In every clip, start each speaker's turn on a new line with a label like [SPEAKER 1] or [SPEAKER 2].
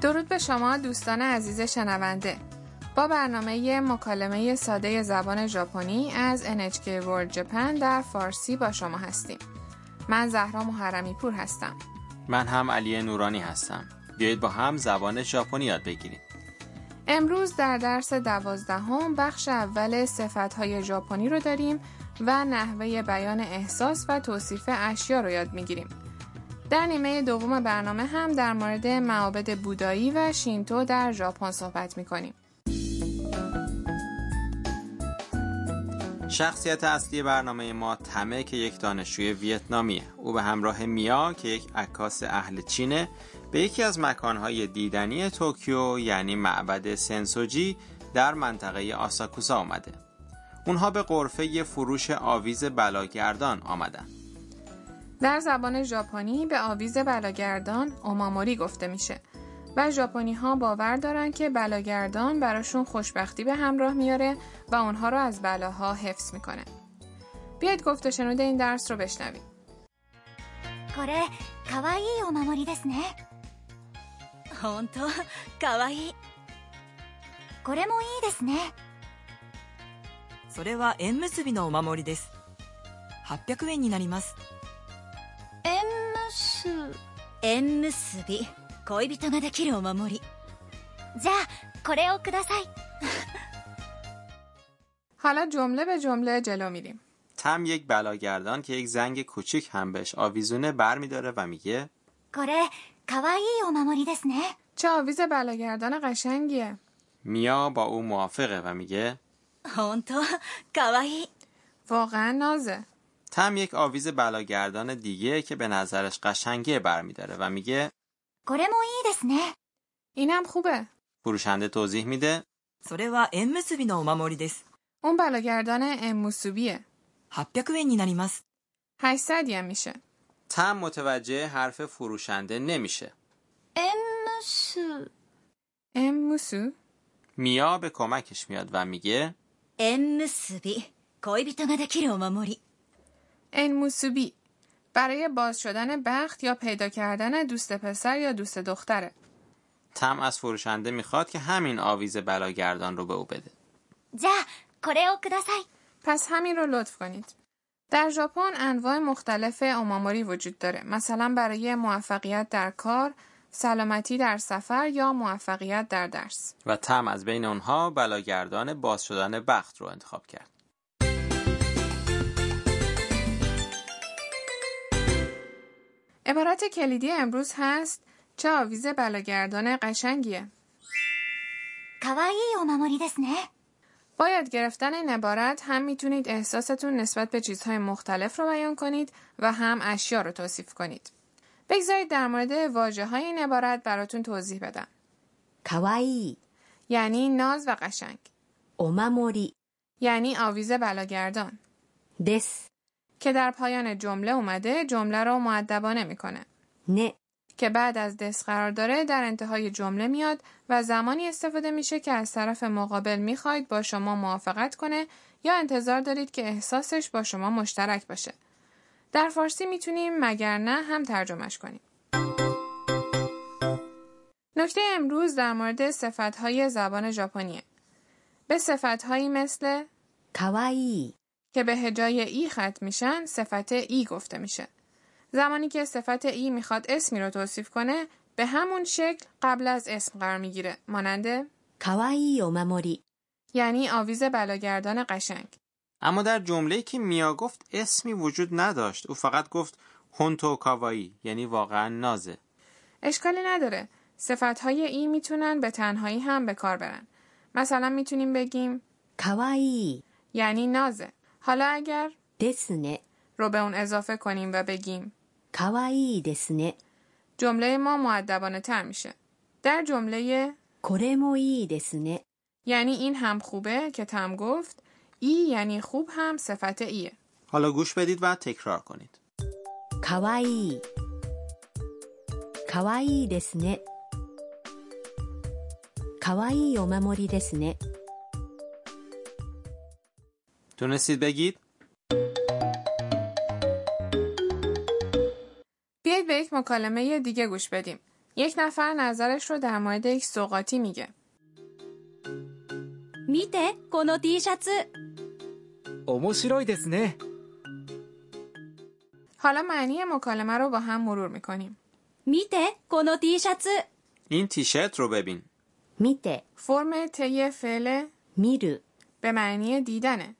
[SPEAKER 1] درود به شما دوستان عزیز شنونده با برنامه مکالمه ساده زبان ژاپنی از NHK World Japan در فارسی با شما هستیم من زهرا محرمی پور هستم
[SPEAKER 2] من هم علی نورانی هستم بیایید با هم زبان ژاپنی یاد بگیریم
[SPEAKER 1] امروز در درس دوازدهم بخش اول صفتهای ژاپنی رو داریم و نحوه بیان احساس و توصیف اشیا رو یاد میگیریم در نیمه دوم برنامه هم در مورد معابد بودایی و شینتو در ژاپن صحبت میکنیم
[SPEAKER 2] شخصیت اصلی برنامه ما تمه که یک دانشجوی ویتنامیه او به همراه میا که یک عکاس اهل چینه به یکی از مکانهای دیدنی توکیو یعنی معبد سنسوجی در منطقه آساکوسا آمده اونها به قرفه فروش آویز بلاگردان آمدن
[SPEAKER 1] در زبان ژاپنی به آویز بلاگردان اوماموری گفته میشه و ژاپنی ها باور دارن که بلاگردان براشون خوشبختی به همراه میاره و اونها رو از بلاها حفظ میکنه. بیاید گفت و شنود این درس رو بشنویم.
[SPEAKER 3] これかわいいお守りですね本当かわいいこれもいいですね
[SPEAKER 4] それは縁結びのお守りです800円になります
[SPEAKER 3] 縁結縁結び恋人ができるお守りじゃあこれをください
[SPEAKER 1] حالا جمله به جمله جلو میریم.
[SPEAKER 2] تم یک بلاگردان که یک زنگ کوچیک هم بهش آویزونه برمیداره و میگه
[SPEAKER 3] これかわいいお守りですね
[SPEAKER 1] چه آویز بلاگردان قشنگیه.
[SPEAKER 2] میا با او موافقه و میگه
[SPEAKER 3] 本当かわいい
[SPEAKER 1] واقعا نازه.
[SPEAKER 2] تم یک آویز بلاگردان دیگه که به نظرش قشنگه برمیداره و میگه
[SPEAKER 3] これもいいですね
[SPEAKER 1] اینم خوبه.
[SPEAKER 2] فروشنده توضیح میده
[SPEAKER 4] それは縁結びのお守りです
[SPEAKER 1] اون بلاگردان اموسوبیه.
[SPEAKER 4] 800円になります
[SPEAKER 1] 800 یم میشه.
[SPEAKER 2] تم متوجه حرف فروشنده نمیشه
[SPEAKER 3] 縁結
[SPEAKER 1] اموسو
[SPEAKER 2] میا به کمکش میاد و میگه
[SPEAKER 3] 縁結び恋人ができるお守り
[SPEAKER 1] انموسوبی برای باز شدن بخت یا پیدا کردن دوست پسر یا دوست دختره.
[SPEAKER 2] تم از فروشنده میخواد که همین آویز بلاگردان رو به او بده
[SPEAKER 3] じゃあこれをください
[SPEAKER 1] پس همین رو لطف کنید. در ژاپن انواع مختلف اوماموری وجود داره. مثلا برای موفقیت در کار، سلامتی در سفر یا موفقیت در درس.
[SPEAKER 2] و تم از بین اونها بلاگردان باز شدن بخت رو انتخاب کرد
[SPEAKER 1] عبارت کلیدی امروز هست چه آویز بلاگردان قشنگیه.
[SPEAKER 3] かわいいお守りですね
[SPEAKER 1] با یاد گرفتن این عبارت هم میتونید احساستون نسبت به چیزهای مختلف رو بیان کنید و هم اشیا رو توصیف کنید. بگذارید در مورد واجه های این عبارت براتون توضیح بدم.
[SPEAKER 5] かわいい、
[SPEAKER 1] یعنی ناز و قشنگ.
[SPEAKER 5] お守
[SPEAKER 1] یعنی آویز بلاگردان.
[SPEAKER 5] りです。
[SPEAKER 1] که در پایان جمله اومده جمله رو معدبانه میکنه
[SPEAKER 5] ね、
[SPEAKER 1] که بعد از دس قرار داره در انتهای جمله میاد و زمانی استفاده میشه که از طرف مقابل میخواید با شما موافقت کنه یا انتظار دارید که احساسش با شما مشترک باشه در فارسی میتونیم مگر نه هم ترجمهش کنیم نکته امروز در مورد صفتهای زبان ژاپنیه به صفتهایی مثل
[SPEAKER 5] かわいい、
[SPEAKER 1] که به هجای ای ختم میشن صفت ای گفته میشه. زمانی که صفت ای میخواد اسمی رو توصیف کنه به همون شکل قبل از اسم قرار میگیره ماننده
[SPEAKER 5] かわいいお守り、
[SPEAKER 1] یعنی آویز بلاگردان قشنگ.
[SPEAKER 2] اما در جمله‌ای که میا گفت اسمی وجود نداشت او فقط گفت هونتو کاوایی یعنی واقعا نازه
[SPEAKER 1] اشکالی نداره. صفت های ای میتونن به تنهایی هم به کار برن. مثلا میتونیم بگیم
[SPEAKER 5] かわいい
[SPEAKER 1] یعنی نازه. حالا اگر
[SPEAKER 5] ですね、
[SPEAKER 1] رو به اون اضافه کنیم و بگیم
[SPEAKER 5] かわいいですね、
[SPEAKER 1] جمله ما معدبانه تر میشه. در جمله
[SPEAKER 5] これもいいですね、
[SPEAKER 1] یعنی این هم خوبه که تم گفت ای یعنی خوب هم صفت ایه
[SPEAKER 2] حالا گوش بدید و تکرار کنید
[SPEAKER 5] かわいい、かわいいですね、かわいいお守りですね、
[SPEAKER 2] تونستید بگید
[SPEAKER 1] بیایید به یک مکالمه دیگه گوش بدیم یک نفر نظرش رو در مورد یک سوقاتی میگه.
[SPEAKER 3] 見てこの T シャツ
[SPEAKER 6] 面白いですね
[SPEAKER 1] حالا معنی مکالمه رو با هم مرور میکنیم.
[SPEAKER 3] 見てこの T シャツ
[SPEAKER 2] این تیشرت رو ببین
[SPEAKER 5] 見て、
[SPEAKER 1] فرم طی فعل
[SPEAKER 5] 見る、
[SPEAKER 1] به معنی دیدنه.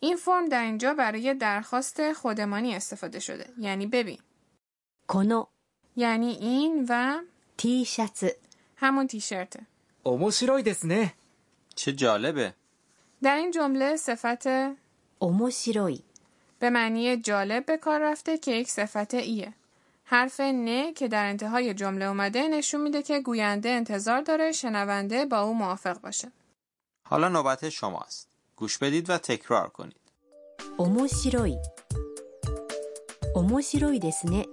[SPEAKER 1] این فرم در اینجا برای درخواست خودمانی استفاده شده. یعنی ببین.
[SPEAKER 5] この
[SPEAKER 1] یعنی این و
[SPEAKER 5] T シャツ、
[SPEAKER 1] همون تیشرته.
[SPEAKER 6] 面白いですね
[SPEAKER 2] چه جالبه
[SPEAKER 1] در این جمله صفت
[SPEAKER 5] 面白い、
[SPEAKER 1] به معنی جالب به کار رفته که یک صفت ایه. حرف نه که در انتهای جمله اومده نشون میده که گوینده انتظار داره شنونده با او موافق باشه.
[SPEAKER 2] حالا نوبت شماست گوش بدید و تکرار کنید
[SPEAKER 5] 面白い。面白いですね。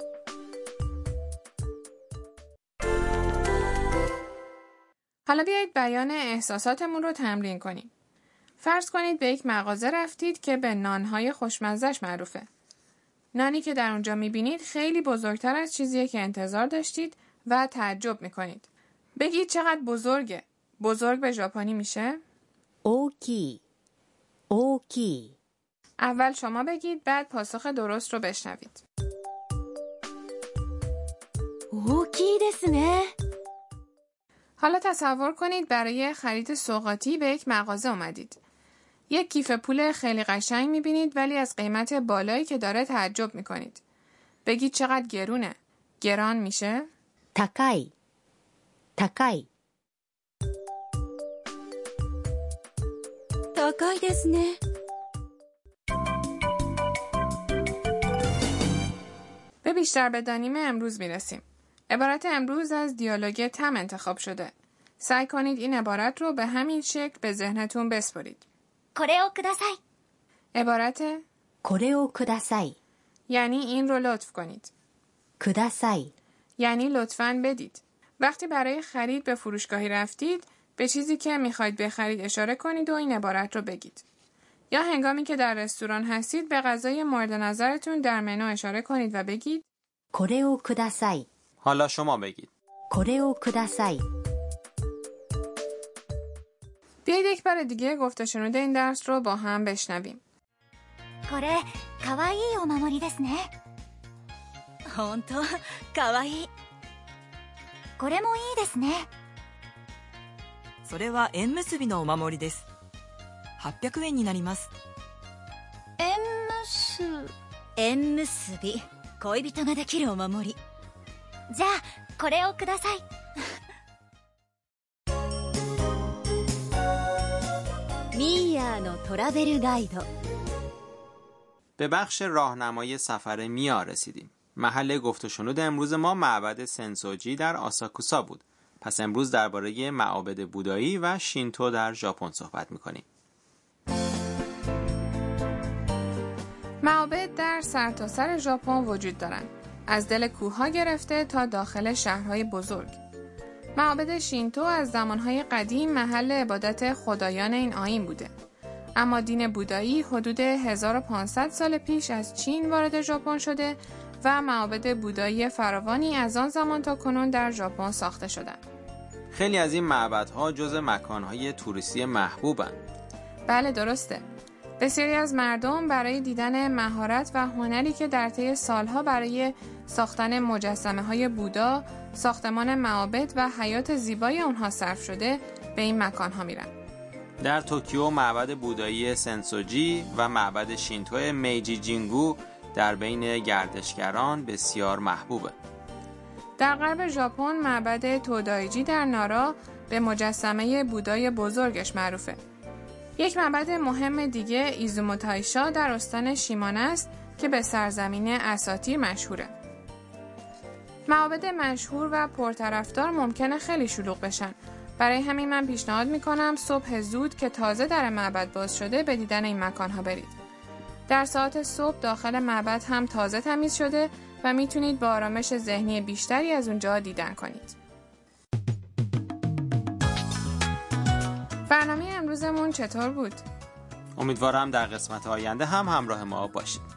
[SPEAKER 1] حالا بیایید بیان احساساتمون رو تمرین کنیم. فرض کنید به یک مغازه رفتید که به نانهای خوشمزش معروفه. نانی که در اونجا میبینید خیلی بزرگتر از چیزیه که انتظار داشتید و تعجب میکنید. بگید چقدر بزرگه. بزرگ به ژاپنی میشه؟
[SPEAKER 5] 大きい、大きい、
[SPEAKER 1] اول شما بگید بعد پاسخ درست رو بشنوید.
[SPEAKER 3] 大きいですね
[SPEAKER 1] حالا تصور کنید برای خرید سوقاتی به یک مغازه اومدید. یک کیف پول خیلی قشنگ میبینید ولی از قیمت بالایی که داره تعجب میکنید. بگید چقدر گرونه. گران میشه؟
[SPEAKER 5] 高い、高い、
[SPEAKER 3] 高いですね
[SPEAKER 1] به بیشتر بدانیم امروز میرسیم. عبارت امروز از دیالوگ تم انتخاب شده. سعی کنید این عبارت رو به همین شکل به ذهنتون بسپرید.
[SPEAKER 3] これをください
[SPEAKER 1] عبارت
[SPEAKER 5] これをください、
[SPEAKER 1] یعنی این رو لطف کنید.
[SPEAKER 5] ください、
[SPEAKER 1] یعنی لطفا بدید. وقتی برای خرید به فروشگاهی رفتید، به چیزی که میخواید بخرید اشاره کنید و این عبارت رو بگید. یا هنگامی که در رستوران هستید به غذای مورد نظرتون در منو اشاره کنید و بگید
[SPEAKER 5] これをください、
[SPEAKER 2] حالا شما بگید
[SPEAKER 5] これをください、
[SPEAKER 1] بیایید یک بار دیگه گفت و شنود این درس رو با هم بشنویم.
[SPEAKER 3] これかわいいお守りですね本当かわいいこれもいいですね
[SPEAKER 4] それは縁結びのお守りです800円になります
[SPEAKER 3] 縁結縁結び恋人ができるお守りじゃあこれをくださいミーヤーのトラベルガイド
[SPEAKER 2] به بخش راهنمای سفر میا رسیدیم محل گفت و شنود امروز ما معبد سنسوجی در آساکوسا بود پس امروز درباره معابد بودایی و شینتو در ژاپن صحبت میکنیم
[SPEAKER 1] معابد در سرتاسر ژاپن وجود دارند از دل کوهها گرفته تا داخل شهرهای بزرگ معابد شینتو از زمانهای قدیم محل عبادت خدایان این آیین بوده اما دین بودایی حدود 1500 سال پیش از چین وارد ژاپن شده و معابد بودایی فراوانی از آن زمان تا کنون در ژاپن ساخته شدند
[SPEAKER 2] خیلی از این معبدها جز مکانهای توریستی محبوبند
[SPEAKER 1] بله درسته بسیاری از مردم برای دیدن مهارت و هنری که در طی سالها برای ساختن مجسمه های بودا، ساختمان معابد و حیات زیبای آنها صرف شده به این مکان ها میرن.
[SPEAKER 2] در توکیو معبد بودایی سنسوجی و معبد شینتو میجی جینگو در بین گردشگران بسیار محبوبه
[SPEAKER 1] در غرب ژاپن معبد تودایجی در نارا به مجسمه بودای بزرگش معروفه. یک معبد مهم دیگه ایزومو تایشا در استان شیمان است که به سرزمین اساتیر مشهوره. معابد مشهور و پرطرفدار ممکنه خیلی شلوغ بشن. برای همین من پیشنهاد میکنم صبح زود که تازه در معبد باز شده به دیدن این مکانها برید. در ساعت صبح داخل معبد هم تازه تمیز شده و میتونید با آرامش ذهنی بیشتری از اونجا دیدن کنید. برنامه امروزمون چطور بود؟
[SPEAKER 2] امیدوارم در قسمت آینده هم همراه ما باشید